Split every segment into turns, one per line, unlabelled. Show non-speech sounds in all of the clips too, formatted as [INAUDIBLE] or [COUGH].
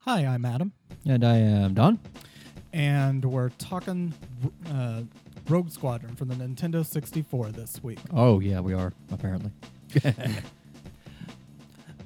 Hi, I'm Adam,
And I am Don.
and we're talking uh, Rogue Squadron from the Nintendo 64 this week.
Oh, yeah, we are, apparently.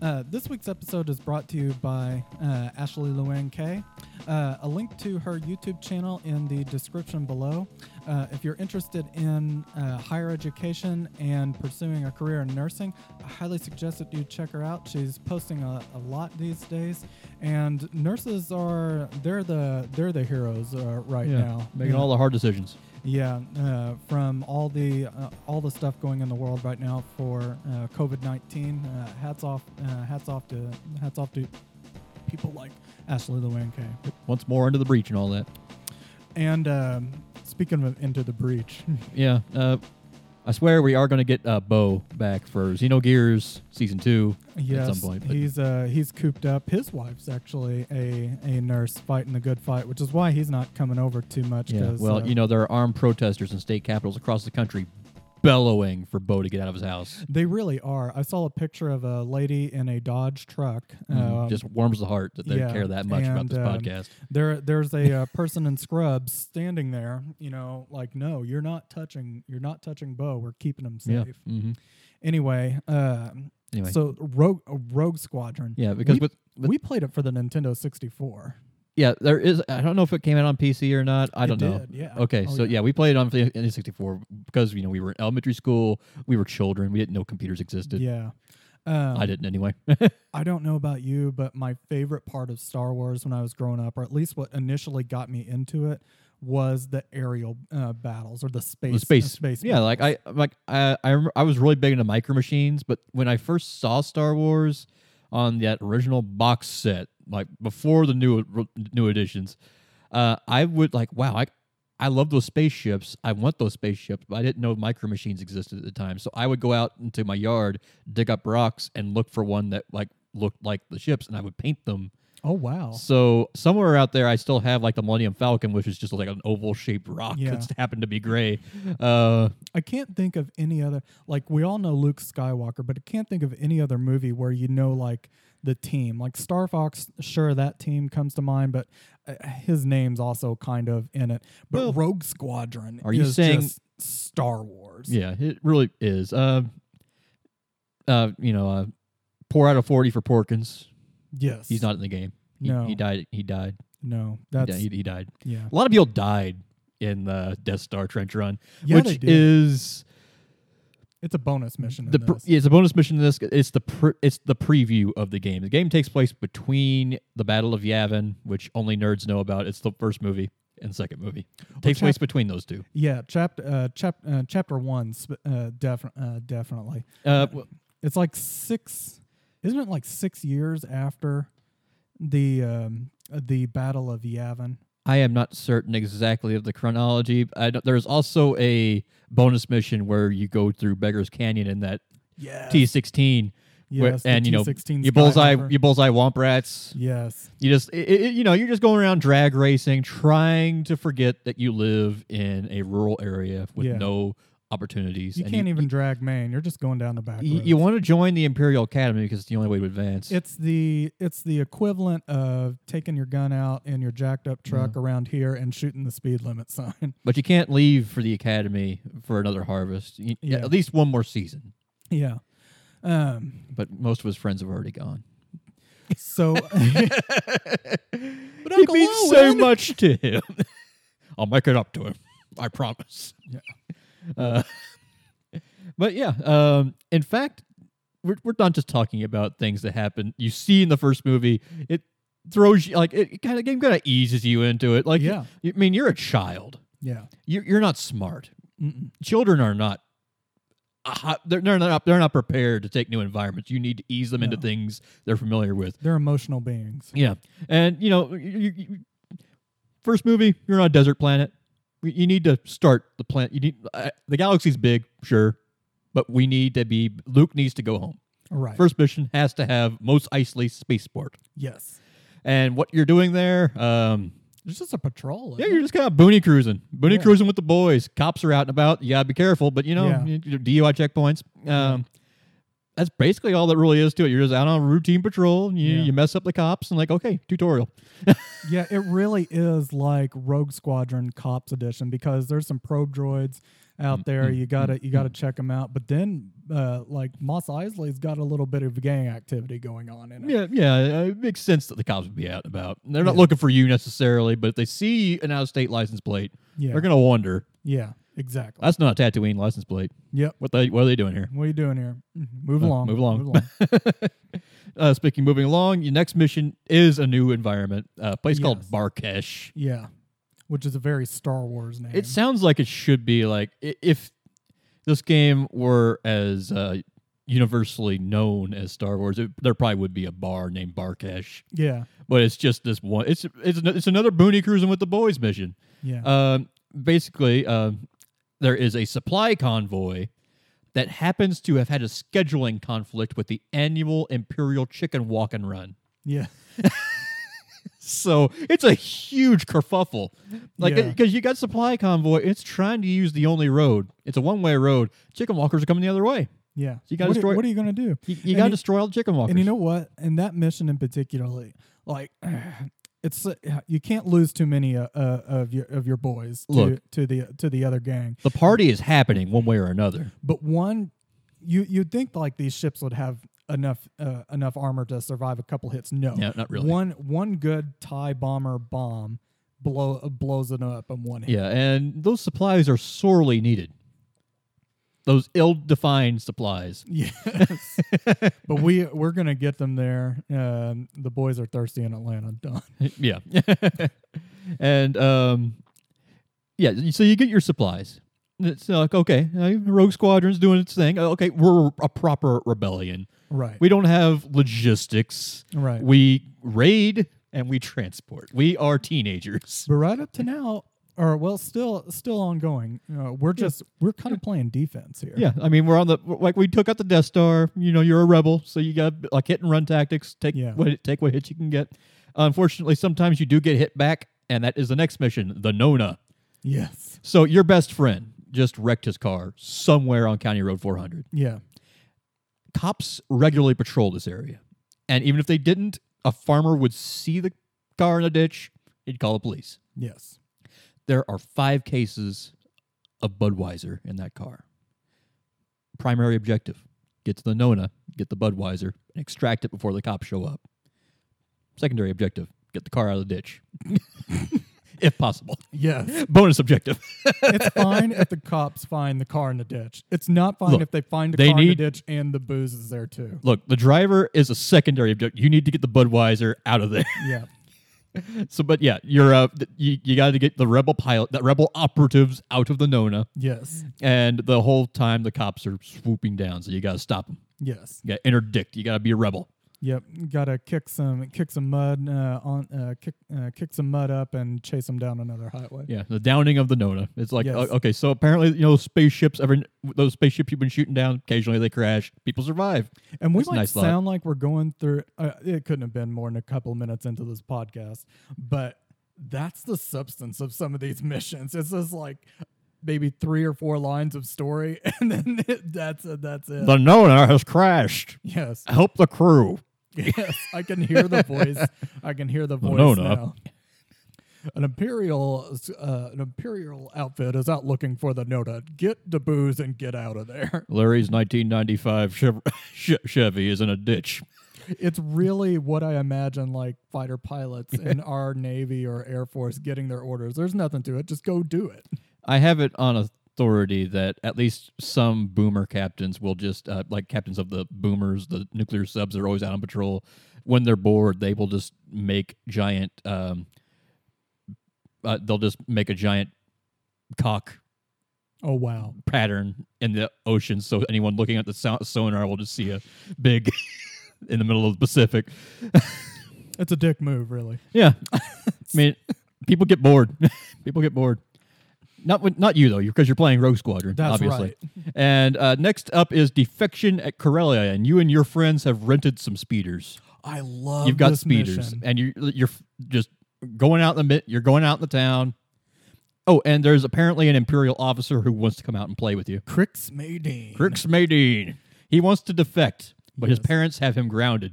Uh, this week's episode is brought to you by uh, Ashley Luann Kay. Uh, a link to her YouTube channel in the description below. Uh, if you're interested in uh, higher education and pursuing a career in nursing, I highly suggest that you check her out. She's posting a, a lot these days, and nurses are they're the they're the heroes uh, right now.
Making
Yeah.
all the hard decisions.
Yeah, uh, from all the uh, all the stuff going in the world right now for uh, COVID nineteen. Uh, hats off, uh, hats off to hats off to people like Ashley Lewanke.
Once more into the breach and all that.
And um, speaking of into the breach, [LAUGHS]
Yeah. Uh, I swear we are going to get uh, Bo back for Xenogears Season 2
yes,
at some point. but-
he's uh, he's cooped up. His wife's actually a a nurse fighting the good fight, which is why he's not coming over too much.
yeah.
'cause,
Well,
uh,
you know, there are armed protesters in state capitals across the country bellowing for Bo to get out of his house.
They really are. I saw a picture of a lady in a Dodge truck. um,
Mm, Just warms the heart that they
yeah,
care that much about
and,
this
um,
podcast.
There, there's a uh, person in scrubs standing there. You know, like, no, you're not touching. You're not touching Bo. We're keeping him
Yeah.
safe.
mhm.
Anyway, um,
Anyway.
so Rogue Rogue Squadron.
yeah, because
we,
with, with
we played it for the Nintendo 64.
Yeah, there is. I don't know if it came out on PC or not. I
It
don't know.
did, yeah.
Okay,
Oh,
so
yeah.
yeah. we played it on the N64 because you know we were in elementary school, we were children, we didn't know computers existed.
yeah. Um,
I didn't anyway. [LAUGHS]
I don't know about you, but my favorite part of Star Wars when I was growing up, or at least what initially got me into it, was the aerial uh, battles or the space
the
uh,
space,
space
yeah. Like I, like I, I, remember I was really big into micro machines, but when I first saw Star Wars on that original box set, like before the new new editions, uh, I would like, wow, I, I love those spaceships. I want those spaceships, but I didn't know micro machines existed at the time. So I would go out into my yard, dig up rocks, and look for one that like looked like the ships, and I would paint them.
Oh wow.
So somewhere out there, I still have like the Millennium Falcon, which is just like an oval shaped rock
Yeah.
that's happened to be gray. Uh,
I can't think of any other like we all know Luke Skywalker, but I can't think of any other movie where you know like the team. Like Star Fox, sure that team comes to mind, but uh, his name's also kind of in it. But
Well,
Rogue Squadron
are you
is
saying-
just Star Wars?
yeah, it really is. Uh, uh, you know, uh, pour out of forty for Porkins.
Yes.
He's not in the game. He,
No.
he died. He died.
No.
He
That's
died. He, he died.
yeah.
A lot of people died in the Death Star trench run,
Yeah, they
which
did.
is
It's a bonus mission.
the
in
pr-
this.
yeah, it's a bonus mission. In this, it's the pre- it's the preview of the game. The game takes place between the Battle of Yavin, which only nerds know about. It's the first movie and second movie. takes place between those two.
yeah. Chapter uh, chap- uh, chapter one. Sp- uh, defi- uh, definitely.
Uh,
It's like six, isn't it? Like six years after the um, the Battle of Yavin.
I am not certain exactly of the chronology. I don't- there's also a bonus mission where you go through Beggar's Canyon in that
Yeah.
T16, where-
Yes, the
and you know
T16
you bullseye
skydiver.
you bullseye womp rats.
Yes.
You just i i you know you're just going around drag racing, trying to forget that you live in a rural area with
Yeah.
no opportunities.
You
and
can't even drag Maine. You're just going down the back.
You,
roads.
you want to join the Imperial Academy because it's the only way to advance.
it's the it's the equivalent of taking your gun out in your jacked up
Mm-hmm.
truck around here and shooting the speed limit [LAUGHS] sign.
but you can't leave for the academy for another harvest. You,
Yeah.
At least one more season.
yeah. Um.
But most of his friends have already gone. [LAUGHS]
So
But it means so much to him. [LAUGHS] I'll make it up to him. I promise.
Yeah.
Uh, but yeah, um, in fact, we're, we're not just talking about things that happen you see in the first movie. It throws you like it kind of game kind of eases you into it. Like
Yeah.
you, I mean, you're a child.
yeah.
You're you're not smart.
Mm-mm.
Children are not. a hot- They're, they're not they're not prepared to take new environments. You need to ease them into
No.
things they're familiar with.
They're emotional beings.
Yeah, and you know, you, you- you- first movie, you're on a desert planet. You- You need to start the planet. You need uh, the galaxy's big, sure, but we need to be. Luke needs to go home.
All right.
First mission has to have most Eisley spaceport,
yes.
and what you're doing there. Um,
It's just a patrol.
yeah,
isn't
you're just kind of boony cruising, boony
Yeah.
cruising with the boys. Cops are out and about. You gotta be careful, but you know,
Yeah.
your DUI checkpoints. Um, that's basically all that really is to it. You're just out on a routine patrol. And you
Yeah.
you mess up the cops and like okay tutorial. [LAUGHS]
Yeah, it really is like Rogue Squadron Cops Edition because there's some probe droids
Mm,
out there. You gotta you gotta check them out. But then, uh, like Moss Isley's got a little bit of gang activity going on in it.
Yeah, yeah, it makes sense that the cops would be out and about. They're not looking for you necessarily, but if they see an out-of-state license plate,
Yeah,
they're gonna wonder.
yeah, exactly.
That's not a Tatooine license plate.
Yep.
What they what are they doing here?
What are you doing here? Mhm. Move
Uh,
along.
move along. [LAUGHS] Uh, speaking moving along, your next mission is a new environment, uh, a place called
Yes.
Barkesh.
yeah, which is a very Star Wars name.
It sounds like it should be like i- if this game were as uh, universally known as Star Wars, it, there probably would be a bar named Barkesh.
yeah,
But it's just this one. It's it's an- it's another booney cruising with the boys mission.
yeah,
Um, basically, um, there is a supply convoy that happens to have had a scheduling conflict with the annual Imperial Chicken Walk and Run.
yeah,
So it's a huge kerfuffle. Like,
Yeah.
because you got supply convoy, it's trying to use the only road. It's a one way road. Chicken walkers are coming the other way.
yeah.
you gotta
what,
destroy-
are, what are you gonna do?
You,
And
got to
you-
destroy all the chicken walkers.
And you know what? In that mission in particularly, like [SIGHS] it's uh, you can't lose too many uh, uh, of your of your boys to,
Look.
to the to the other gang.
the party is happening one way or another.
But one, you you'd think like these ships would have enough uh, enough armor to survive a couple hits. No,
Yeah, not really.
One one good Thai bomber bomb blow blows it up in one hit.
Yeah, and those supplies are sorely needed. Those ill defined supplies.
[LAUGHS] Yes, but we we're gonna get them there. Um, the boys are thirsty in Atlanta. Done. [LAUGHS]
[LAUGHS] yeah. and um yeah, so you get your supplies. And It's like okay, uh, Rogue Squadron's doing its thing. Uh, Okay, we're a proper rebellion.
Right.
We don't have logistics.
Right.
We raid and we transport. We are teenagers. [LAUGHS]
But right up to now, or well, still still ongoing. Uh, we're just we're kind of playing defense here.
Yeah, I mean we're on the like we took out the Death Star. You know, you're a rebel, so you got like hit and run tactics. Take
Yeah.
what take what hits you can get. Unfortunately, sometimes you do get hit back, and that is the next mission, the Nona.
Yes.
So your best friend just wrecked his car somewhere on County Road 400.
Yeah.
Cops regularly patrol this area. And even if they didn't, a farmer would see the car in a ditch, he'd call the police.
Yes.
There are 5 cases of Budweiser in that car. Primary objective: get to the Nona, get the Budweiser, and extract it before the cops show up. Secondary objective: get the car out of the ditch. [LAUGHS] if possible.
Yes.
Bonus objective.
it's fine if the cops find the car in the ditch. It's not fine
Look,
if they find the
they
car in
need-
the ditch and the booze is there too.
Look, the driver is a secondary object. You need to get the Budweiser out of there. [LAUGHS]
Yeah.
so, but yeah, you're uh, th- you, you got to get the rebel pilot, the rebel operatives out of the Nona,
Yes.
and the whole time the cops are swooping down. So you got to stop them.
Yes.
You got to interdict. You got to be a rebel.
Yep. Got to kick some kick some mud uh, on uh, kick uh, kick some mud up and chase them down another highway.
Yeah, the downing of the Nona. It's like
Yes.
uh, okay, so apparently you know spaceships. Every those spaceships you've been shooting down, occasionally they crash. People survive.
And we
That's a
might
nice thought.
sound like we're going through. Uh, it couldn't have been more than a couple minutes into this podcast, but that's the substance of some of these [LAUGHS] missions. It's just like maybe three or four lines of story, [LAUGHS] and then it, that's it. That's it.
The Nona has crashed. [LAUGHS]
yes,
Help the crew.
yes, I can hear the voice. I can hear the voice
Winona.
now. An imperial, uh, an imperial outfit is out looking for the Noda. Get the booze and get out of there.
Larry's 1995 Chev- [LAUGHS] Che- Chevy is in a ditch.
it's really what I imagine like fighter pilots [LAUGHS] in our Navy or Air Force getting their orders. There's nothing to it. Just go do it.
I have it on authority that at least some boomer captains will just uh, like captains of the boomers, the nuclear subs that are always out on patrol. When they're bored, they will just make giant. Um, uh, they'll just make a giant cock
Oh wow.
pattern in the ocean, so anyone looking at the so- sonar will just see a big [LAUGHS] in the middle of the Pacific.
It's a dick move, really.
[LAUGHS] Yeah, I mean, people get bored. [LAUGHS] people get bored. Not with, not you though, because you're playing Rogue Squadron,
That's
obviously. [LAUGHS] And uh, next up is defection at Corellia, and you and your friends have rented some speeders.
I love
You've got
this
speeders,
mission.
and you you're f- just going out in the mid. You're going out in the town. Oh, and there's apparently an imperial officer who wants to come out and play with you.
Crix Maydean.
Crix Maydean. He wants to defect, but his
Yes.
parents have him grounded.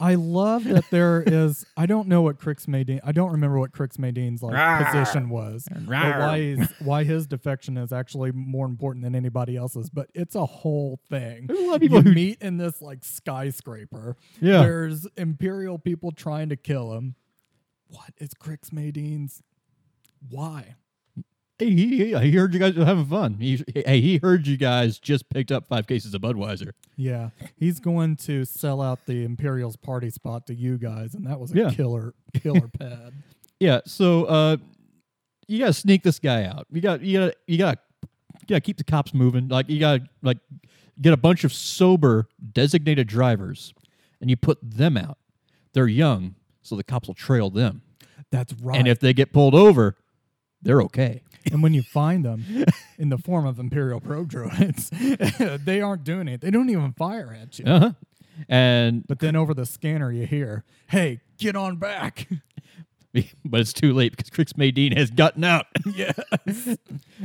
I love that there is. [LAUGHS] I don't know what Crix Maydean. I don't remember what Crix Maydean's like
Rawr.
position was, or why he's, why his defection is actually more important than anybody else's. But it's a whole thing.
There's a lot of people
you
who-
meet in this like skyscraper.
Yeah.
there's imperial people trying to kill him. What is Crix Maydean's? Why?
Hey, he, he- he heard you guys were having fun. He, hey, he heard you guys just picked up five cases of Budweiser.
Yeah, he's going to sell out the Imperial's party spot to you guys, and that was a
Yeah.
killer, [LAUGHS] killer pad.
Yeah, so uh, you gotta sneak this guy out. You got you gotta you gotta you gotta keep the cops moving. Like you gotta like get a bunch of sober designated drivers, and you put them out. They're young, so the cops will trail them.
That's right.
And if they get pulled over, they're okay.
And when you find [LAUGHS] them in the form of Imperial probe droids, [LAUGHS] they aren't doing it. They don't even fire at you.
Uh huh. And [LAUGHS]
But then over the scanner, you hear, hey, get on back. [LAUGHS]
but it's too late because Crix Maydean has gotten out.
yeah.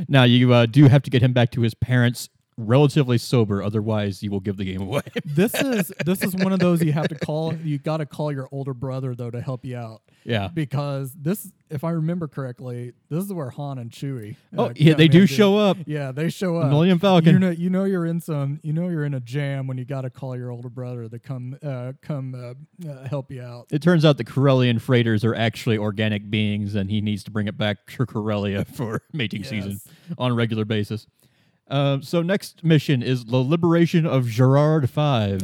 Now you uh, do have to get him back to his parents relatively sober, otherwise you will give the game away. [LAUGHS]
This is this is one of those you have to call you gotta call your older brother though to help you out.
yeah.
Because this if I remember correctly, this is where Han and Chewie uh,
Oh, yeah, they do show up.
Yeah, they show up.
Millennium Falcon.
You know, you know you're in some. You know you're in a jam when you got to call your older brother to come, uh, come uh, uh, help you out.
It turns out the Corellian freighters are actually organic beings, and he needs to bring it back to Corellia [LAUGHS] for mating season
Yes.
on a regular basis. Um, so next mission is the liberation of Gerard Five.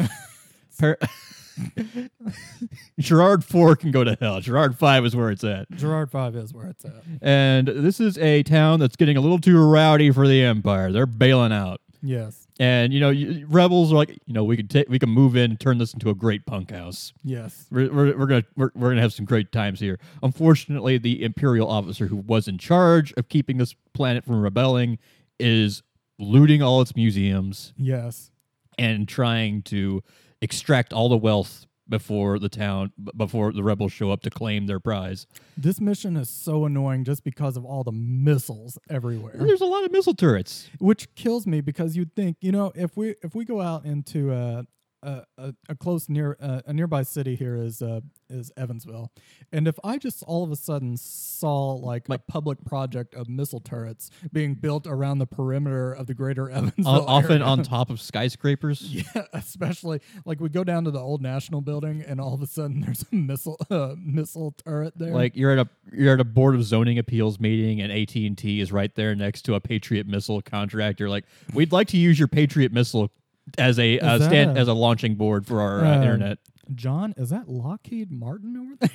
Par- [LAUGHS] Gerard Four can go to hell. Gerard Five is where it's at,
Gerard Five is where it's at.
and this is a town that's getting a little too rowdy for the Empire. They're bailing out.
Yes,
And you know, y- rebels are like, you know, we could take, we can move in, and turn this into a great punk house.
yes.
We're, we're, we're gonna we're, we're gonna have some great times here. Unfortunately, the imperial officer who was in charge of keeping this planet from rebelling is looting all its museums
Yes.
and trying to extract all the wealth before the town b- before the rebels show up to claim their prize.
This mission is so annoying just because of all the missiles
And
everywhere,
there's a lot of missile turrets.
which kills me because you'd think, you know, if we if we go out into a a, a, a close near uh, a nearby city here is uh, is Evansville, and if I just all of a sudden saw like a public project of missile turrets being built around the perimeter of the greater [LAUGHS] Evansville,
o- often
area-
on top of skyscrapers.
Yeah, especially like we go down to the old National Building, and all of a sudden there's a missile [LAUGHS] uh, missile turret there.
Like you're at a you're at a board of zoning appeals meeting, and AT and T is right there next to a Patriot missile contract. You're like, we'd like to use your Patriot missile as a uh,
that
stand
a-
as a launching board for our uh,
Um,
internet.
John, is that Lockheed Martin over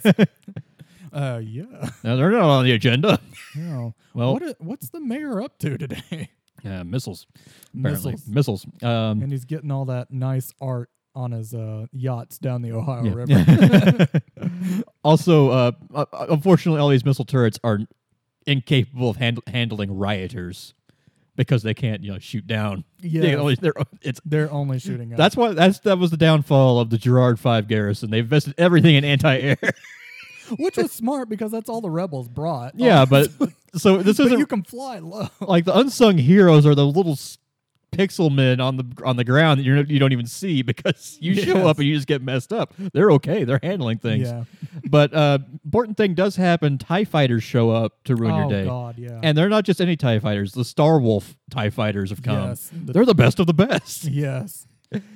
there? [LAUGHS]
[LAUGHS]
uh, yeah.
No, they're not on the agenda. [LAUGHS]
No.
Well-
what i- what's the mayor up to
[LAUGHS]
today?
Uh, missiles, apparently.
Missiles.
missiles. Um,
And he's getting all that nice art on his uh, yachts down the Ohio
Yeah.
River.
[LAUGHS] also, uh, uh, unfortunately, all these missile turrets are incapable of hand- handling rioters because they can't, you know, shoot down. They
Yes.
can only- they're- it's
They're only shooting. at-
That's why that's that was the downfall of the Gerard Five garrison. They invested everything
[LAUGHS]
in anti-air.
which was smart because that's all the rebels brought. Oh,
yeah, but so
[LAUGHS]
this
but you
isn't
can fly low.
like the unsung heroes are the little s- pixel men on the on the ground that you you don't even see because [LAUGHS] you show up
Yes.
and you just get messed up. They're okay. They're handling [LAUGHS] things.
Yeah.
But uh important thing does happen. Tie fighters show up to ruin
oh
your day.
God, yeah.
And they're not just any TIE fighters. The Star Wolf TIE fighters have come.
Yes, the-
they're the best of the best.
yes.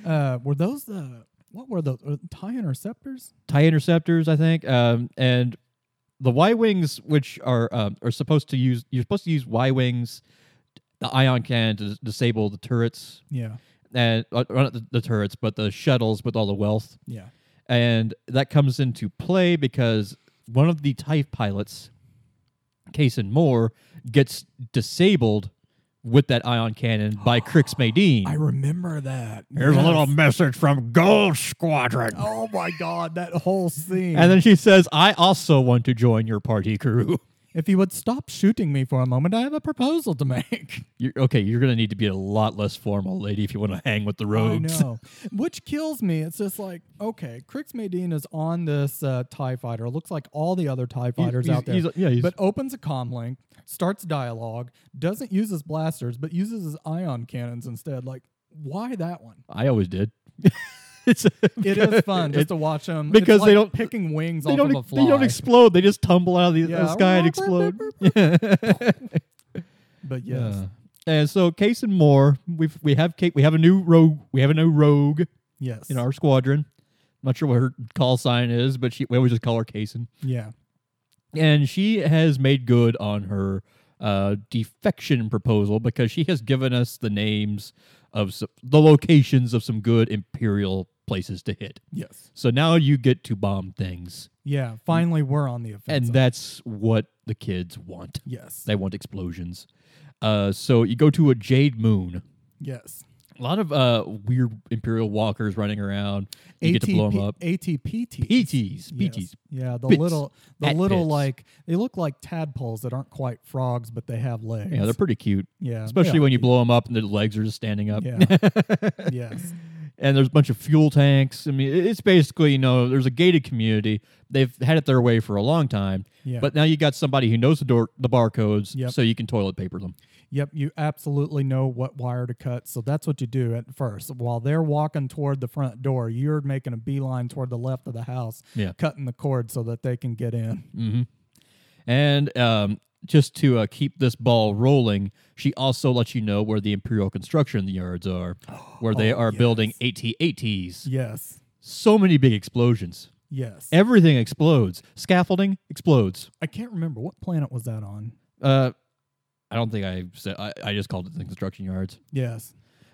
Uh, were those the what were those uh, tie interceptors?
tie interceptors, I think, um, and the Y wings, which are um, are supposed to use you're supposed to use Y wings, the ion cannon to dis- disable the turrets
Yeah.
and uh, or not the, the turrets, but the shuttles with all the wealth,
Yeah.
and that comes into play because one of the Type pilots, Cason Moore, gets disabled with that ion cannon by Crix Maydean.
I remember that.
Here's a little
Yes.
message from Gold Squadron.
Oh my God, that whole scene.
And then she says, I also want to join your party crew.
if you would stop shooting me for a moment, I have a proposal to make. [LAUGHS]
You're, okay, you're gonna need to be a lot less formal, lady, if you want to hang with the
I
rogues. [LAUGHS]
know. Which kills me. It's just like, okay, Crix Maydean is on this uh, TIE fighter. It looks like all the other TIE fighters
he's-
out there.
he's- yeah, he's-
but opens a comm link, starts dialogue, doesn't use his blasters, but uses his ion cannons instead. Like, why that one?
I
[LAUGHS]
always did. it's
It
[LAUGHS]
is fun just to watch them
because they don't-
picking wings
They
off
don't,
of a
ex-
fly.
they don't explode. They just tumble out of the,
Yeah.
the sky
[LAUGHS]
and explode. Yeah. [LAUGHS]
But yes,
And so Case and Moore, we've we have Kate, we have a new rogue, we have a new rogue
yes,
in our squadron. Not sure what her call sign is, but she we always just call her Kaysen.
yeah,
And she has made good on her uh, defection proposal because she has given us the names of some, the locations of some good imperial places to hit.
yes,
So now you get to bomb things,
yeah. Finally, we're on the offensive.
and that's what the kids want.
yes,
They want explosions. Uh, so you go to a jade moon.
yes.
A lot of uh, weird Imperial walkers running around. You get to blow them up. E
ATPT. Yes.
PTs, PTs.
Yeah, the
Bits.
little, the
At
little
bits.
like they look like tadpoles that aren't quite frogs, but they have legs.
Yeah, they're pretty cute,
yeah,
especially
yeah,
when you blow them up and their legs are just standing up. [LAUGHS]
Yeah. yes,
and there's a bunch of fuel tanks. I mean, it- it's basically you know there's a gated community. They've had it their way for a long time,
Yeah.
but now you got somebody who knows the door, the barcodes,
Yep.
so you can toilet paper them.
yep. You absolutely know what wire to cut, so that's what you do at first. While they're walking toward the front door, you're making a beeline toward the left of the house,
Yeah. Mm.
cutting the cord so that they can get in.
And um, just to uh, keep this ball rolling, she also lets you know where the Imperial construction yards are,
[GASPS]
where they
Oh,
are building
yes.
AT-ATs.
Yes,
So many big explosions.
yes.
Everything explodes. Scaffolding explodes.
I can't remember what planet was that on.
Uh, I don't think I said. I, I just called it the construction yards.
Yes,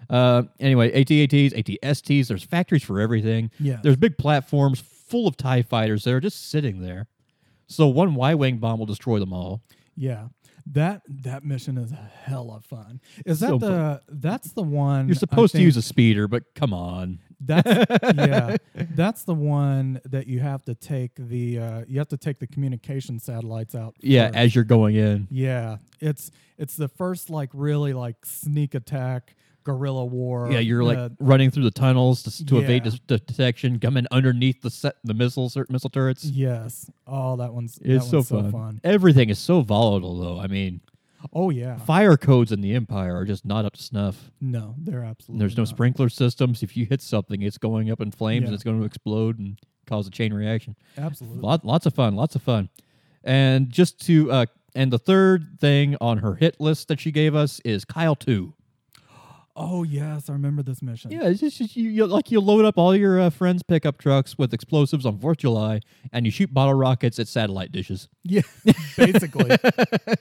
Uh, anyway, AT-ATs, ATSTs. There's factories for everything.
Yes.
There's big platforms full of Tie fighters that are just sitting there. So one Y-wing bomb will destroy them all.
yeah. That that mission is hella fun. Is that
So
the that's the one
You're supposed
I
to
think-
use a speeder, but come on.
That's
[LAUGHS]
yeah. That's the one that you have to take the uh, you have to take the communication satellites out.
Yeah,
first.
as you're going in.
yeah. It's it's the first like really like sneak attack guerrilla war.
Yeah, you're like
uh,
running through the tunnels to, s- to evade
yeah.
dis- de- detection, coming underneath the set, the missiles or missile turrets.
yes. Oh, that one's that
It's
one's
so
so
fun.
fun.
Everything is so volatile, though. I mean,
Oh yeah.
fire codes in the Empire are just not up to snuff.
No, they're absolutely.
There's no
not.
sprinkler systems. If you hit something, it's going up in flames
Yeah.
and it's going to explode and cause a chain reaction.
Absolutely.
Lot, lots of fun, lots of fun. And just to uh, and the third thing on her hit list that she gave us is Kyle Two.
Oh yes, I remember this mission.
Yeah, it's just you, you like you load up all your uh, friends' pickup trucks with explosives on Fourth of July, and you shoot bottle rockets at satellite dishes.
Yeah. [LAUGHS] Basically. [LAUGHS]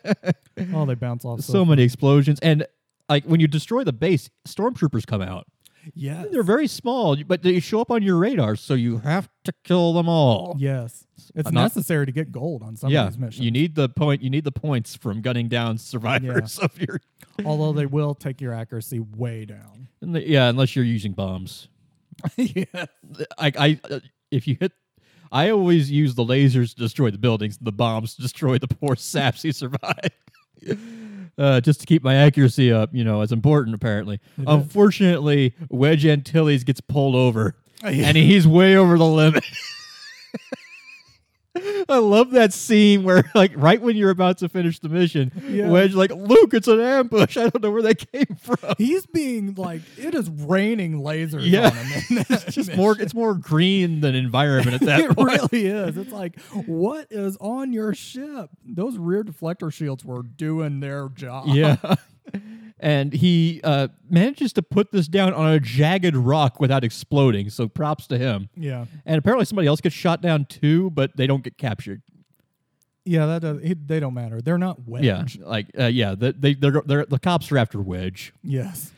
oh, they bounce off
So many explosions, and like when you destroy the base, stormtroopers come out.
Yes.
They're very small, but they show up on your radar, so you have to kill them all.
Yes. It's
Uh, not-
necessary to get gold on some
yeah,
of these missions.
you need the point. You need the points from gunning down survivors [LAUGHS] of your.
Although they will take your accuracy way [LAUGHS] down.
and the- Yeah, unless you're using bombs.
yeah.
I, I uh, if you hit I always use the lasers to destroy the buildings, the bombs to destroy the poor [LAUGHS] saps who survive. [LAUGHS] Uh, just to keep my accuracy up, you know, it's important apparently. Unfortunately, Wedge Antilles gets pulled over,
Oh, yeah.
and he's way over the limit. [LAUGHS] I love that scene where, [LAUGHS] like, right when you're about to finish the mission,
Yeah.
Wedge like, "Luke, it's an ambush. I don't know where that came
[LAUGHS]
from."
He's being like, it is raining lasers
Yeah.
on
[LAUGHS]
him. in this
It's just more.
mission.
It's more green than environment
[LAUGHS]
at that
It
point.
really is. It's like, what is on your ship? Those rear deflector shields were doing their job.
[LAUGHS] Yeah. and he uh, manages to put this down on a jagged rock without exploding. So props to him.
Yeah.
And apparently somebody else gets shot down too, but they don't get captured.
Yeah, that does, it, they don't matter. They're not wedge.
Yeah, like uh, yeah, the, they they're, they're the cops are after Wedge.
Yes.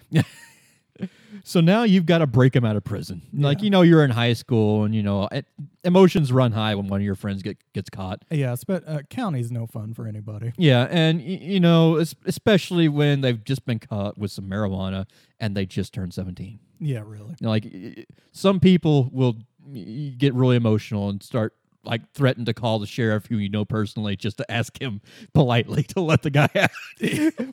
So now you've got to break him out of prison. Like you know you're in high school and you know it, emotions run high when one of your friends get gets caught.
Yes, but uh, county's no fun for anybody.
Yeah, and y- you know es- especially when they've just been caught with some marijuana and they just turned 17.
Yeah, really.
You know, like y- y- some people will y- get really emotional and start like threaten to call the sheriff who you know personally just to ask him [LAUGHS] politely to let the guy out,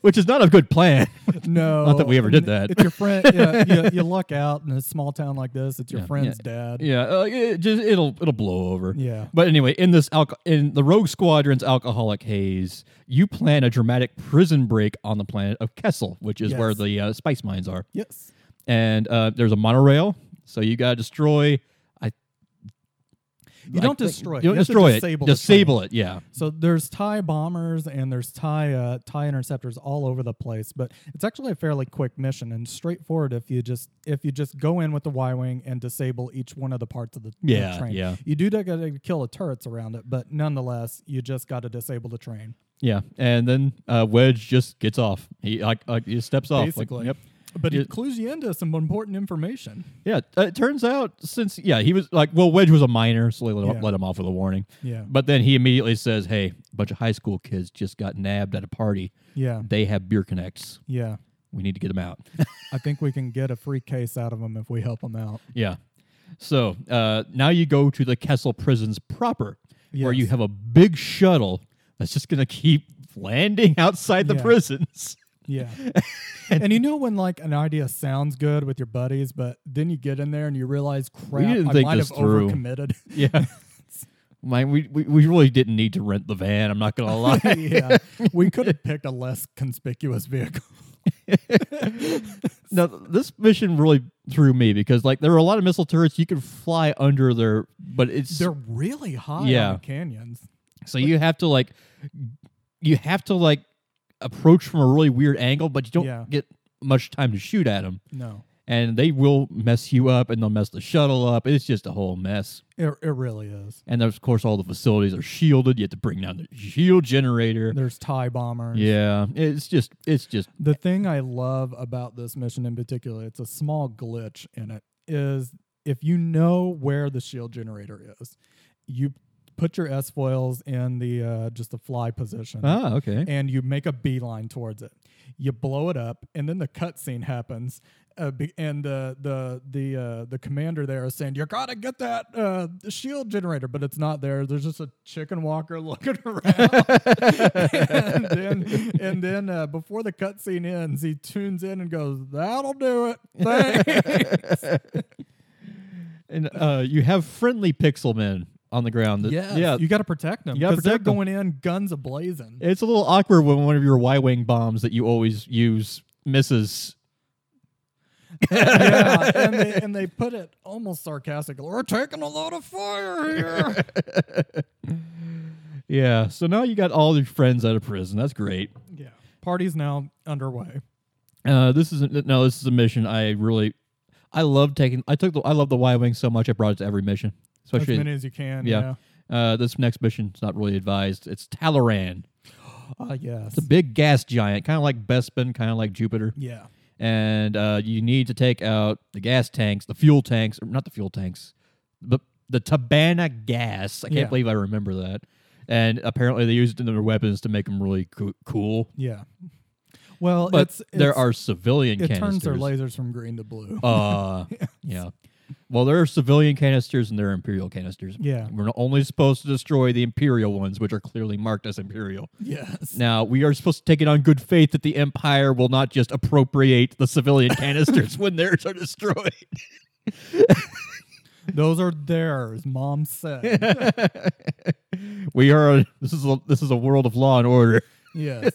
[LAUGHS] which is not a good plan. [LAUGHS]
No,
Not that we ever did
and
that.
It's your friend.
[LAUGHS]
Yeah, you, you luck out in a small town like this. It's your
Yeah,
friend's dad.
yeah, uh, it just it'll it'll blow over.
Yeah.
But anyway, in this alco- in the Rogue Squadron's alcoholic haze, you plan a dramatic prison break on the planet of Kessel, which is where
Yes.
the uh, spice mines are.
Yes.
and uh, there's a monorail. So you gotta destroy. I.
You
I
don't
think-
destroy it.
You
You have
don't
to
destroy it.
disable
Disable,
the
it. Yeah.
So there's tie bombers and there's tie uh, tie interceptors all over the place, but it's actually a fairly quick mission and straightforward if you just if you just go in with the Y wing and disable each one of the parts of the, the
Yeah,
train.
yeah.
You do got to kill the turrets around it, but nonetheless, you just got to disable the train.
Yeah. And then uh, Wedge just gets off. He like, like he steps off. like,
Basically.
yep.
But
You-
it clues you into some important information.
Yeah, uh, it turns out since yeah he was like well Wedge was a minor, so they let,
Yeah.
him, let him off with a warning.
Yeah.
But then he immediately says, "Hey, a bunch of high school kids just got nabbed at a party.
Yeah.
They have beer connects.
Yeah.
We need to get them out." [LAUGHS]
I think we can get a free case out of them if we help them out.
yeah. So uh, now you go to the Kessel prisons proper, where you
Yes.
have a big shuttle that's just gonna keep landing [LAUGHS] outside the
Yeah.
prisons. [LAUGHS]
Yeah. and you know when like an idea sounds good with your buddies, but then you get in there and you realize crap,
didn't
I
think
might
this
have
through. [LAUGHS]
overcommitted.
Yeah. Man, we, we we really didn't need to rent the van. I'm not [LAUGHS] gonna lie.
yeah. We could have picked a less conspicuous
[LAUGHS]
vehicle.
Now th- this mission really threw me because like there were a lot of missile turrets you could fly under there, but it's
They're really high on
Yeah.
the canyons.
so you have to like you have to like approach from a really weird angle, but you don't
Yeah.
get much time to shoot at them,
No.
and they will mess you up, and they'll mess the shuttle up. It's just a whole mess.
It, it really is.
And there's, of course, all the facilities are shielded. You have to bring down the shield generator.
There's tie bombers.
Yeah, it's just it's just
The thing I love about this mission in particular, it's a small glitch in it, is if you know where the shield generator is, you put your S foils in the uh, just the fly position.
ah okay.
and you make a beeline towards it. You blow it up, and then the cutscene happens, uh, be, and the the the uh, the commander there is saying, "You gotta get that uh, shield generator," but it's not there. There's just a chicken walker [LAUGHS] looking around, and then and then uh, before the cutscene ends, he tunes in and goes, "That'll do it." Thanks.
And uh, you have friendly pixel men on the ground. that-
Yes,
yeah,
you got to protect them
You gotta
because they're
protect 'em.
going in guns ablazing.
It's a little awkward when one of your Y wing bombs that you always use misses.
yeah, [LAUGHS] and they, and they put it almost sarcastically. We're taking a lot of fire here.
Yeah, so now you got all your friends out of prison. That's great.
yeah, party's now underway.
Uh, this is a, no, this is a mission I really, I love taking. I took the I love the Y wing so much. I brought it to every mission,
As
especially
many as you can. Yeah.
Oh, yeah. Uh, this next mission is not really advised. It's Talaran,
Ah, yes.
the big gas giant, kind of like Bespin, kind of like Jupiter.
yeah.
and uh, you need to take out the gas tanks, the fuel tanks, or not the fuel tanks, but the Tabana gas. I can't
Yeah.
believe I remember that. And apparently, they used it in their weapons to make them really coo- cool.
Yeah. Well,
But
it's,
there
it's-
are civilian
it
canisters.
turns their lasers from green to blue.
Uh, yeah. Well, there are civilian canisters and there are imperial canisters.
Yeah.
We're not only supposed to destroy the imperial ones, which are clearly marked as imperial.
[LAUGHS] yes.
Now, we are supposed to take it on good faith that the Empire will not just appropriate the
[LAUGHS]
civilian canisters when theirs are destroyed.
Those are theirs. Mom
[LAUGHS]
said.
We are this is a, [LAUGHS] this is a world of law and order. [LAUGHS]
yes.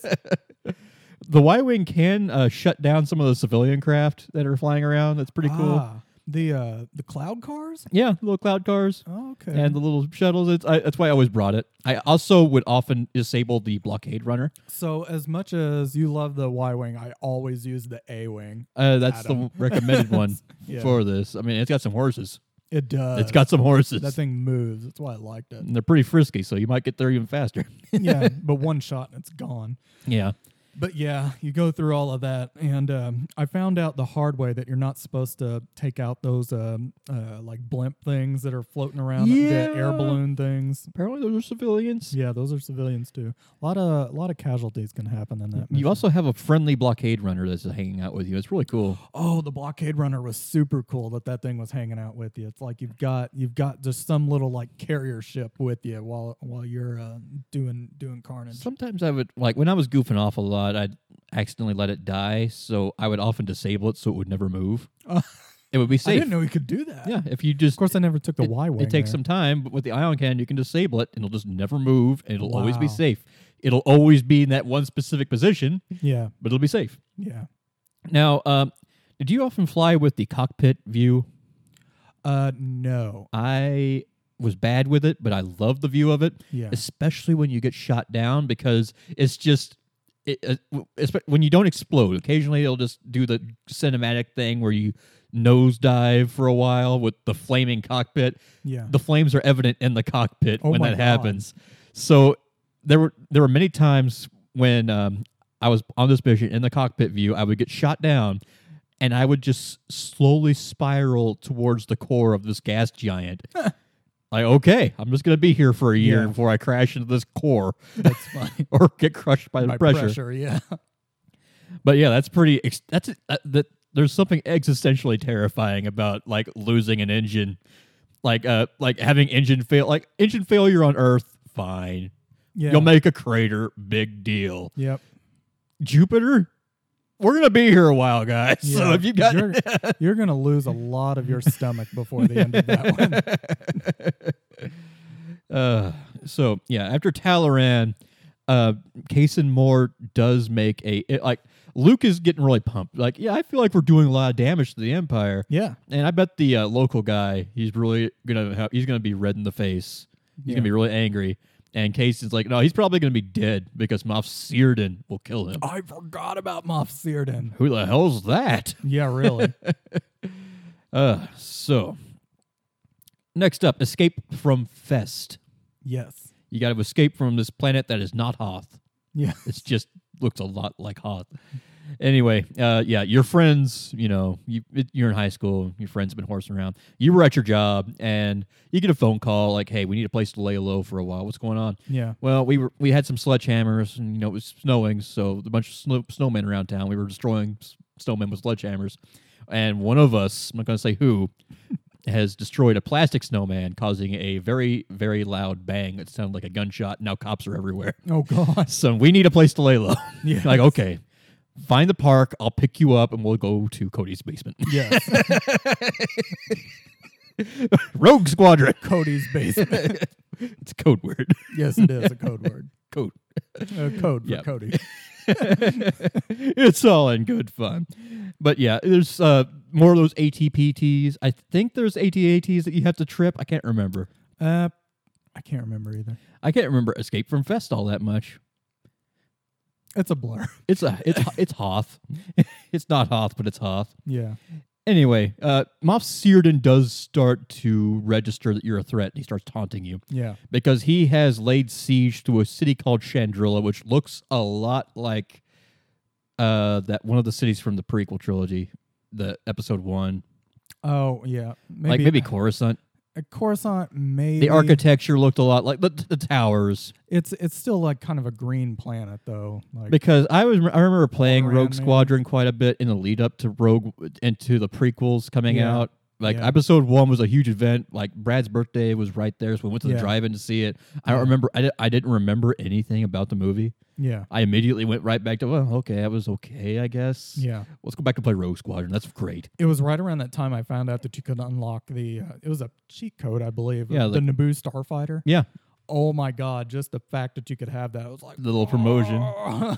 The Y wing can uh, shut down some of the civilian craft that are flying around. That's pretty cool.
Ah, the uh, the cloud cars.
Yeah, little cloud cars
Oh, okay.
and the little shuttles. It's, I, that's why I always brought it. I also would often disable the blockade runner.
so as much as you love the Y wing, I always use the A wing.
Uh, that's
Adam.
the [LAUGHS]
[LAUGHS]
recommended one
Yeah.
for this. I mean, it's got some horses.
It does.
It's got some horses.
that thing moves. That's why I liked
[LAUGHS]
it.
And they're pretty frisky, so you might get there even faster. [LAUGHS]
yeah, but one shot and it's gone.
yeah.
But yeah, you go through all of that, and um, I found out the hard way that you're not supposed to take out those um, uh, like blimp things that are floating around, the air
Yeah.
balloon things.
Apparently, those are civilians.
Yeah, those are civilians too. A lot of a lot of casualties can happen in that.
You
mission.
also have a friendly blockade runner that's hanging out with you. It's really cool.
oh, the blockade runner was super cool that that thing was hanging out with you. It's like you've got you've got just some little like carrier ship with you while while you're uh, doing doing carnage.
Sometimes I would like when I was goofing off a lot, I'd accidentally let it die, so I would often disable it so it would never move.
Uh,
It would be
I
safe.
didn't know you could do that.
yeah, if you just
Of course, I never took the
it,
Y wing.
it takes
there.
some time, but with the ion can, you can disable it and it'll just never move and it'll always be
Wow.
safe. It'll always be in that one specific position,
Yeah,
but it'll be safe.
yeah.
Now, um, Did you often fly with the cockpit view?
Uh, no.
I was bad with it, but I love the view of it,
Yeah.
especially when you get shot down because it's just it, uh, w- espe- when you don't explode. Occasionally, it'll just do the cinematic thing where you nosedive for a while with the flaming cockpit.
Yeah.
The flames are evident in the cockpit
Oh
when
my
that
God.
happens. So there were there were many times when um, I was on this mission in the cockpit view, I would get shot down, and I would just slowly spiral towards the core of this
[LAUGHS]
gas giant. like, okay, I'm just gonna be here for a year
Yeah.
before I crash into this core
That's fine.
[LAUGHS] or get crushed by the
By
pressure.
yeah.
But yeah, that's pretty. Ex- that's that, that. There's something existentially terrifying about like losing an engine, like uh, like having engine fail, like engine failure on Earth. Fine,
[LAUGHS] yeah.
you'll make a crater. Big deal.
Yep.
Jupiter, we're gonna be here a while, guys. [LAUGHS] So
Yeah.
if you got,
you're, you're gonna lose a lot of your stomach before the end of
[LAUGHS]
that one.
uh, so yeah, after Talaran, uh, Kason Moore does make a it, like Luke is getting really pumped. Like, yeah, I feel like we're doing a lot of damage to the Empire.
Yeah.
And I bet the uh, local guy, he's really gonna have, he's gonna be red in the face. He's
Yeah.
gonna be really angry. And Casey's like, no, he's probably gonna be dead because Moff Seardon will kill him.
I forgot about Moff Seardon.
Who the hell's that?
Yeah, really.
Uh, so next up, escape from Fest.
yes.
You got to escape from this planet that is not Hoth.
Yeah.
[LAUGHS] It's just looks a lot like Hoth. Anyway, uh, yeah, your friends, you know, you, it- you're in high school, your friends have been horsing around. You were at your job, and you get a phone call like, "Hey, we need a place to lay low for a while. What's going on?"
Yeah.
Well, we were we had some sledgehammers, and you know it was snowing, so a bunch of snow, snowmen around town. We were destroying s- snowmen with sledgehammers, and one of us, I'm not going to say who, [LAUGHS] has destroyed a plastic snowman, causing a very very loud bang that sounded like a gunshot. Now cops are everywhere. [LAUGHS]
Oh God.
So we need a place to lay low.
Yes.
like okay, find the park. I'll pick you up, and we'll go to Cody's basement. [LAUGHS]
Yes.
Rogue Squadron. [LAUGHS]
Cody's basement.
it's a code word. [LAUGHS]
Yes, it is a code word.
Code.
A code for
Yep.
Cody.
it's all in good fun. But yeah, there's uh, more of those ATPTs. I think there's ATATs that you have to trip. I can't remember.
Uh, I can't remember either.
I can't remember Escape from Fest all that much.
It's a blur.
It's a it's [LAUGHS] it's Hoth. it's not Hoth, but it's Hoth.
Yeah.
Anyway, uh, Moff Seardon does start to register that you're a threat. He starts taunting you
Yeah.
because he has laid siege to a city called Chandrilla, which looks a lot like uh, that one of the cities from the prequel trilogy, the Episode One.
Oh yeah. Maybe,
like maybe Coruscant.
a Coruscant. Maybe
The architecture looked a lot like the, the towers
It's it's still like kind of a green planet though. Like
because I was I remember playing
Around
Rogue
maybe.
Squadron quite a bit in the lead up to Rogue into the prequels coming
Yeah.
out. Like
Yeah.
episode one was a huge event. Like Brad's birthday was right there, so we went to the
Yeah.
drive-in to see it. I don't
Yeah.
remember. I, di- I didn't remember anything about the movie.
yeah.
I immediately went right back to well, okay, that was okay, I guess.
Yeah.
let's go back and play Rogue Squadron. That's great.
It was right around that time I found out that you could unlock the. Uh, it was a cheat code, I believe.
Yeah,
The Naboo starfighter.
Yeah,
Oh my God! Just the fact that you could have that was like.
the little promotion. [LAUGHS]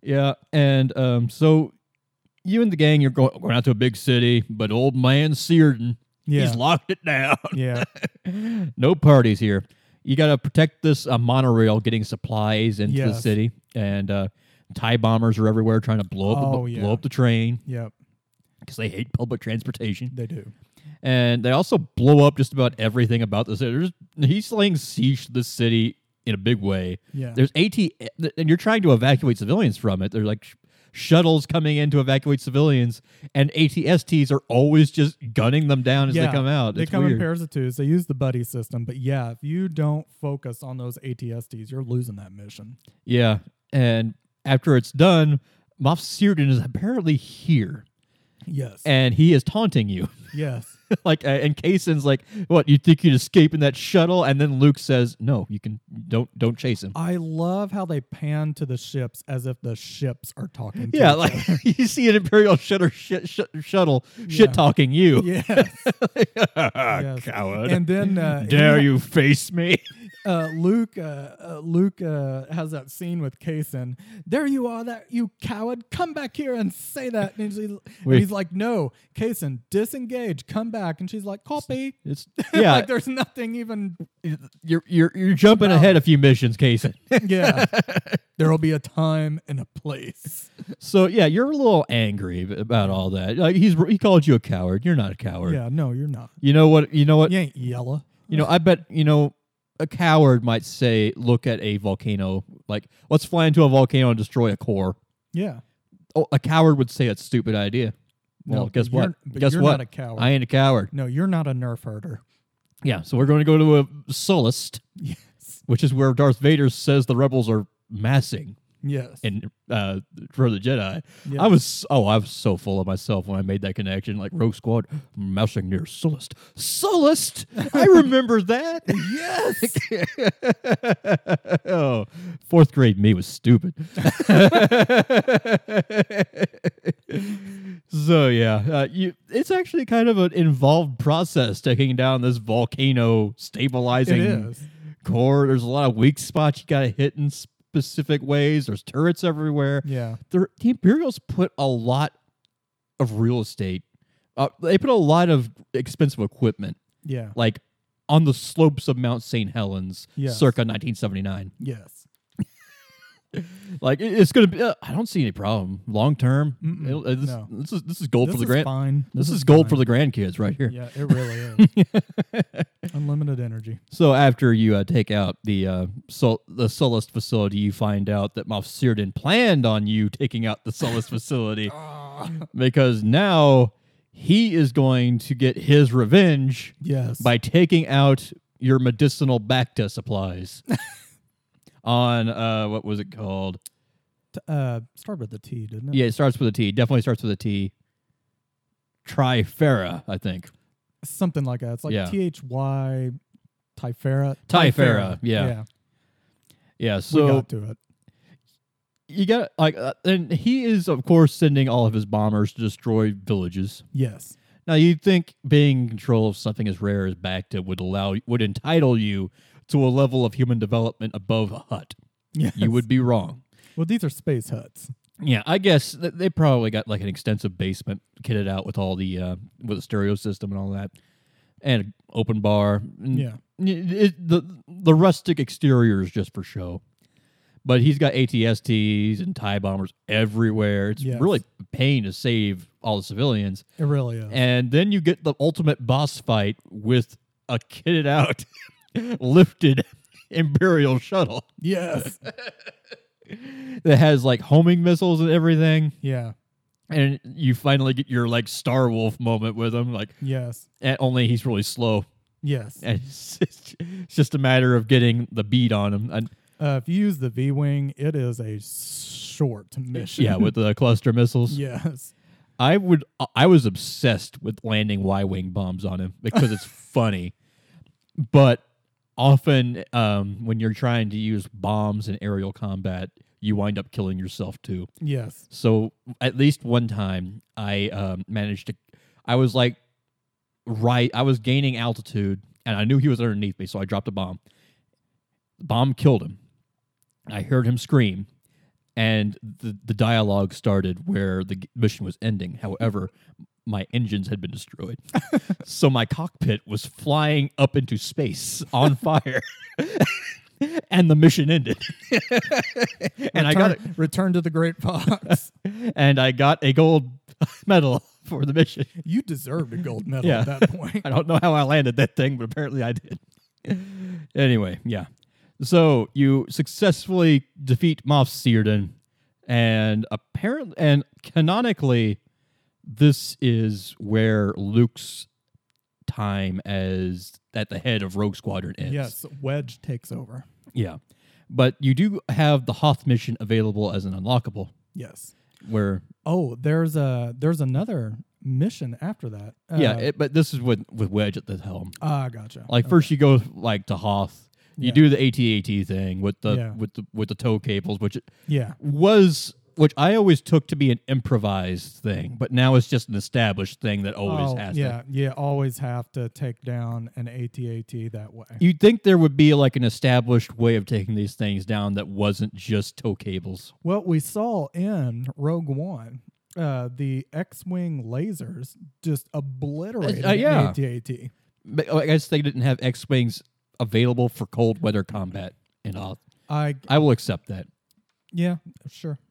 Yeah, and um, so you and the gang, you're going, going out to a big city, but old man Seardon,
Yeah.
he's locked it down. [LAUGHS]
yeah.
no parties here. You got to protect this uh, monorail getting supplies into the
Yes.
city, and uh, Thai bombers are everywhere trying to blow up, the,
Oh, yeah.
blow up the train
Yep.
because they hate public transportation,
They do.
and they also blow up just about everything about the city. There's, he's laying siege to the city in a big way.
Yeah.
There's AT, and you're trying to evacuate civilians from it. They're like sh- shuttles coming in to evacuate civilians, and ATSTs are always just gunning them down as they come out.
They
it's
come
weird.
in pairs of twos. They use the buddy system, but yeah, if you don't focus on those ATSDs, you're losing that mission.
yeah, and after it's done, Moff Seardon is apparently here,
Yes.
and he is taunting you. [LAUGHS]
yes.
like, uh, and Kaysen's like, "What? You think you'd escape in that shuttle?" And then Luke says, "No, you can. Don't don't chase him."
I love how they pan to the ships as if the ships are talking. To
yeah,
each
like [LAUGHS] you see an Imperial shutter shit sh- shuttle shit talking [LAUGHS] you. [LAUGHS] Ah,
other. yes. yes.
Coward.
And then uh,
Dare you face me?
uh, Luke uh, uh, Luke uh, has that scene with Kaysen. There you are, that you coward! Come back here and say that. And he's, and
Wait.
he's like, no, Kaysen, disengage, come back. And she's like, copy. [LAUGHS]
It's [LAUGHS] yeah.
like there's nothing even.
you're you're you're jumping
No.
ahead a few
[LAUGHS]
missions, Casey. [LAUGHS]
Yeah, there will be a time and a place.
so yeah, you're a little angry ab- about all that. Like he's he called you a coward. You're not a coward.
Yeah, no, you're not.
You know what? You know what?
You ain't yellow.
You know, I bet, you know, a coward might say, look at a volcano, like, let's fly into a volcano and destroy a core.
Yeah.
Oh, a coward would say it's a stupid idea. Well,
No,
guess
but you're-
what?
but
Guess
you're
what?
not a coward.
I ain't a coward.
No, you're not a nerf herder.
Yeah, so we're going to go to a Sullust,
Yes.
which is where Darth Vader says the rebels are massing
Yes.
in uh for the Jedi.
Yeah.
I was oh, I was so full of myself when I made that connection, like Rogue Squad mousing near Sullust. Sullust! I
[LAUGHS]
remember that.
yes.
[LAUGHS] oh, fourth grade me was stupid. [LAUGHS] so yeah, uh, you, it's actually kind of an involved process taking down this volcano
It
stabilizing
is.
core. There's a lot of weak spots you got to hit in specific ways. There's turrets everywhere.
Yeah.
The, the Imperials put a lot of real estate. Uh, they put a lot of expensive equipment
Yeah.
like on the slopes of Mount St. Helens,
Yes.
circa 1979.
Yes.
Like it- it's gonna be. Uh, I don't see any problem long term.
Mm-mm.
It'll- uh, This,
No.
this is this is gold
this
for the
is
grand.
fine.
This, is gold for
fine.
the grandkids right here.
Yeah, it really is.
[LAUGHS]
Unlimited energy.
So after you uh, take out the uh, Sul- the Sullust facility, you find out that Moff Seardon planned on you taking out
[LAUGHS]
the Sullust facility
Uh-huh.
Ah. because now he is going to get his revenge
Yes.
by taking out your medicinal
[LAUGHS]
Bacta supplies on uh, what was it called?
T- uh, start with the T, didn't it?
Yeah, it starts with a T. Definitely starts with a T. Trifera, I think.
Something like that. It's like
Yeah.
T H Y Typhara.
Typhara, yeah. Yeah, so
we got to it.
you got like, uh, and he is of course sending all of his bombers to destroy villages.
Yes.
Now you'd think being in control of something as rare as Bacta would allow, would entitle you to a level of human development above a hut.
Yes.
You would be wrong.
Well, these are space huts.
Yeah, I guess th- they probably got like an extensive basement kitted out with all the uh, with a stereo system and all that, and an open bar. and
Yeah.
Y- it, the the rustic exterior is just for show. But he's got ATSTs and tie bombers everywhere. It's
Yes.
really a pain to save all the civilians.
It really is.
And then you get the ultimate boss fight with a kitted out, [LAUGHS] lifted [LAUGHS] Imperial shuttle [LAUGHS]
yes.
that has like homing missiles and everything.
yeah.
And you finally get your like Star Wolf moment with him. Like,
Yes.
and only he's really slow. [LAUGHS]
Yes.
And it's just, it's just a matter of getting the beat on him. And
Uh, if you use the V wing, it is a short mission.
Yeah, with the cluster
[LAUGHS]
missiles.
yes.
I would. I was obsessed with landing Y-wing bombs on him because it's funny, but often um, when you're trying to use bombs in aerial combat, you wind up killing yourself too.
Yes.
So at least one time, I um, managed to. I was like, right. I was gaining altitude, and I knew he was underneath me, so I dropped a bomb. Bomb killed him. I heard him scream, and the the dialogue started where the g- mission was ending. However, my engines had been
[LAUGHS]
destroyed, so my cockpit was flying up into space on fire.
[LAUGHS]
[LAUGHS] And the mission ended, and I got it
Return to the Great Fox. [LAUGHS]
and I got a gold [LAUGHS] medal for the mission.
you deserved a gold medal
Yeah.
at that point.
I don't know how I landed that thing, but apparently I did. anyway, yeah. So you successfully defeat Moff Seardon, and apparently, and canonically, this is where Luke's time as at the head of Rogue Squadron ends.
Yes, Wedge takes over.
Yeah. But you do have the Hoth mission available as an unlockable,
Yes.
where
Oh, there's a there's another mission after that. Uh,
yeah, it, but this is with with Wedge at the helm.
Ah, gotcha.
Like first you go like to Hoth, you
Yeah.
do the ATAT thing with the
Yeah.
with the with the tow cables, which
yeah.
was which I always took to be an improvised thing, but now it's just an established thing that always
oh,
has to.
yeah, you always have to take down an ATAT that way.
You'd think there would be like an established way of taking these things down that wasn't just tow cables.
What we saw in Rogue One, uh, the X-wing lasers just obliterated
Uh, yeah.
an ATAT.
But oh, I guess they didn't have X wings available for cold weather combat, and I'll
I
I will accept that.
yeah, sure. [LAUGHS]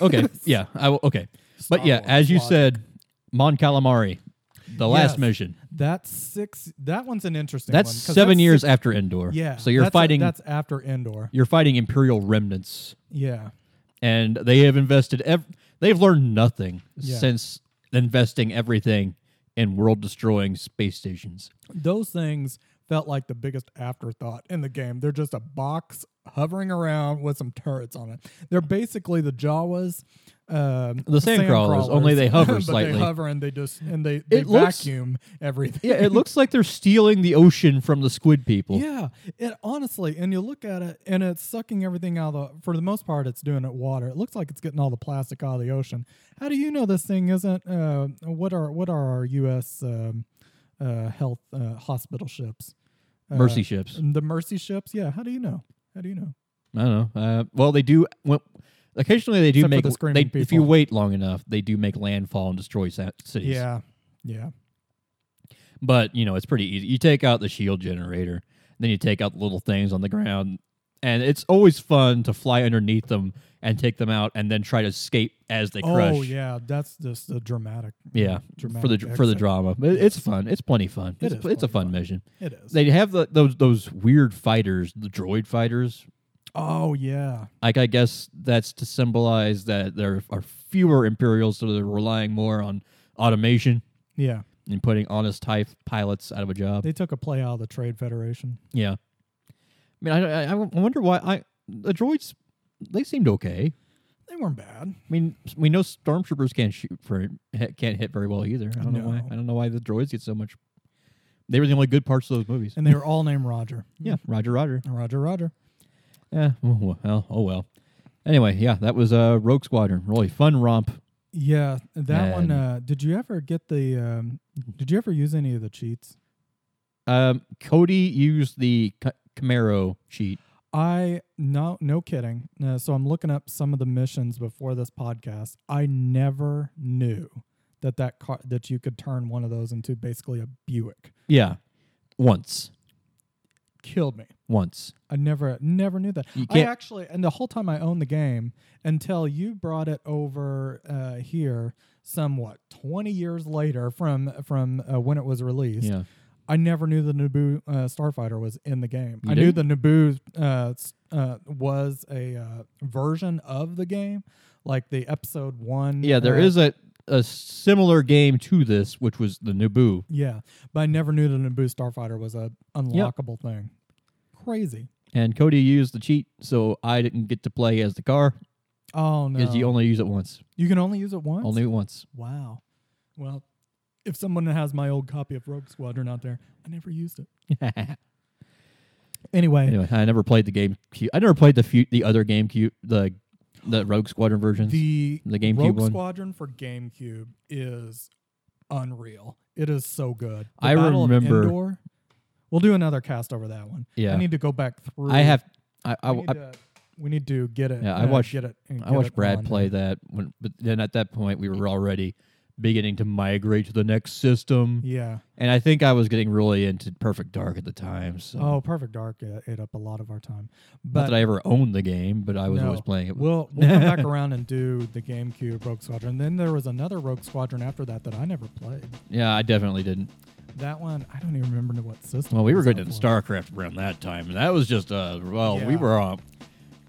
Okay, yeah, I will. Okay, but
Star
yeah,
Wars
as you
logic.
said, Mon Calamari, the last
Yes.
mission.
That's six. That one's an interesting.
That's
one, 'cause
seven
that's
years
six-
after Endor.
yeah.
so you're
that's a-
fighting
that's after Endor.
you're fighting Imperial remnants.
Yeah.
and they have invested ev- they've learned nothing
Yeah.
since investing everything in world destroying space stations
Those things felt like the biggest afterthought in the game. They're just a box hovering around with some turrets on it. They're basically the Jawas. Um,
The sand crawlers, only they
[LAUGHS]
hover
but
slightly.
They hover and they just and they, they
It looks-
vacuum everything.
yeah [LAUGHS] it looks like they're stealing the ocean from the squid people
[LAUGHS] Yeah, it honestly, and you look at it, and it's sucking everything out of the. For the most part, it's doing it water. It looks like it's getting all the plastic out of the ocean. How do you know this thing isn't? Uh, what are what are our U.S. Um, uh, health uh, hospital ships? Uh,
mercy ships
The mercy ships. Yeah. How do you know? How do you know?
i don't know uh, well they do well, occasionally they do
Except for
make
the
they,
screaming
if you
people.
wait long enough they do make landfall and destroy sa- cities
Yeah. Yeah.
but you know it's pretty easy you take out the shield generator then you take out the little things on the ground and it's always fun to fly underneath them and take them out and then try to escape as they crush
Oh yeah, that's just a dramatic.
Yeah, for the
dramatic
for the
exit.
drama. It- it's fun. It's plenty fun.
It
it's
is
it's a fun
plenty
mission.
It is.
They have the, those those weird fighters, the droid fighters.
oh yeah.
Like I guess that's to symbolize that there are fewer Imperials, so they're relying more on automation
Yeah.
and putting honest type pilots out of a job.
They took a play out of the Trade Federation.
yeah, I mean, I, I I wonder why I the droids they seemed okay.
They weren't bad.
I mean, we know stormtroopers can't shoot for can't hit very well either. I don't know why.
No.
I don't know why the droids get so much. They were the only good parts of those movies.
And they were Mm. all named Roger.
[LAUGHS]
Mm-hmm.
Yeah, Roger, Roger.
Roger, Roger.
Yeah, oh well, oh well. Anyway, yeah, that was uh, Rogue Squadron. Really fun romp.
Yeah, that one.
And-
Uh, did you ever get the? Um, did you ever use any of the cheats?
Um, Cody used the Ca- Camaro cheat.
I no no kidding. Uh, so I'm looking up some of the missions before this podcast. I never knew that that car that you could turn one of those into basically a Buick.
Yeah, once,
Killed me.
once.
I never never knew that.
You
I
can't-
actually and the whole time I owned the game until you brought it over uh, here somewhat 20 years later from from uh, when it was released.
Yeah,
I never knew the Naboo uh, starfighter was in the game.
You
I knew the
didn't?
Naboo uh, s- uh, was a uh, version of the game, like the episode one.
yeah. There
uh,
is a a similar game to this, which was the Naboo.
Yeah, but I never knew the Naboo starfighter was a unlockable thing. Crazy.
And Cody used the cheat, so I didn't get to play as the car
Oh no!
because you only use it once,
You can only use it once.
only once. [LAUGHS]
Wow. Well, if someone has my old copy of Rogue Squadron out there, I never used it. Anyway,
anyway, I never played the game. I never played the few, the other GameCube, the the Rogue Squadron versions.
the
The GameCube
Rogue
one?
Squadron for GameCube is unreal. It is so good. The
I
Battle of
remember-
Endor, we'll do another cast over that one.
Yeah.
I need to go back through.
I have. I, I,
We need,
I-
to, we need to get it.
Yeah, I
uh,
watched-
Get it. and
I
get
watched
it
Brad
on.
play that when, but then at that point we were already beginning to migrate to the next system,
Yeah.
and I think I was getting really into Perfect Dark at the time. So
Oh, Perfect Dark uh, ate up a lot of our time.
not
But
that I ever owned the game, but I was always
No.
playing it.
We'll, we'll come
[LAUGHS]
back around and do the GameCube Rogue Squadron. Then there was another Rogue Squadron after that that I never played.
yeah, I definitely didn't.
That one, I don't even remember what system.
Well, we
it
were
was
good
out
at
for.
StarCraft around that time, and that was just uh, well, we
Yeah.
were uh,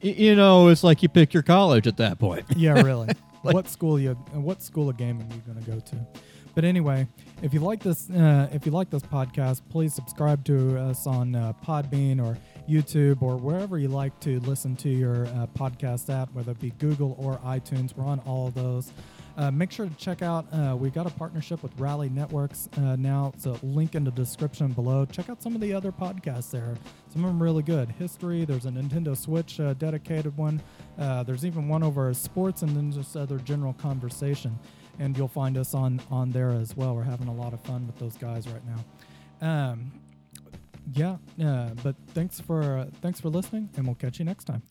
y- you know, it's like you pick your college at that point.
Yeah,
[LAUGHS]
really. what school you? What school of gaming you going to go to? But anyway, if you like this, uh, if you like this podcast, please subscribe to us on uh, Podbean or YouTube or wherever you like to listen to your uh, podcast app, whether it be Google or iTunes. We're on all of those. Uh, make sure to check out, uh, we got a partnership with Rally Networks uh, now. It's a link in the description below. Check out some of the other podcasts there. Some of them really good. History, there's a Nintendo Switch uh, dedicated one. Uh, there's even one over sports and then just other general conversation. And you'll find us on, on there as well. We're having a lot of fun with those guys right now. Um, yeah, uh, but thanks for uh, thanks for listening, and we'll catch you next time.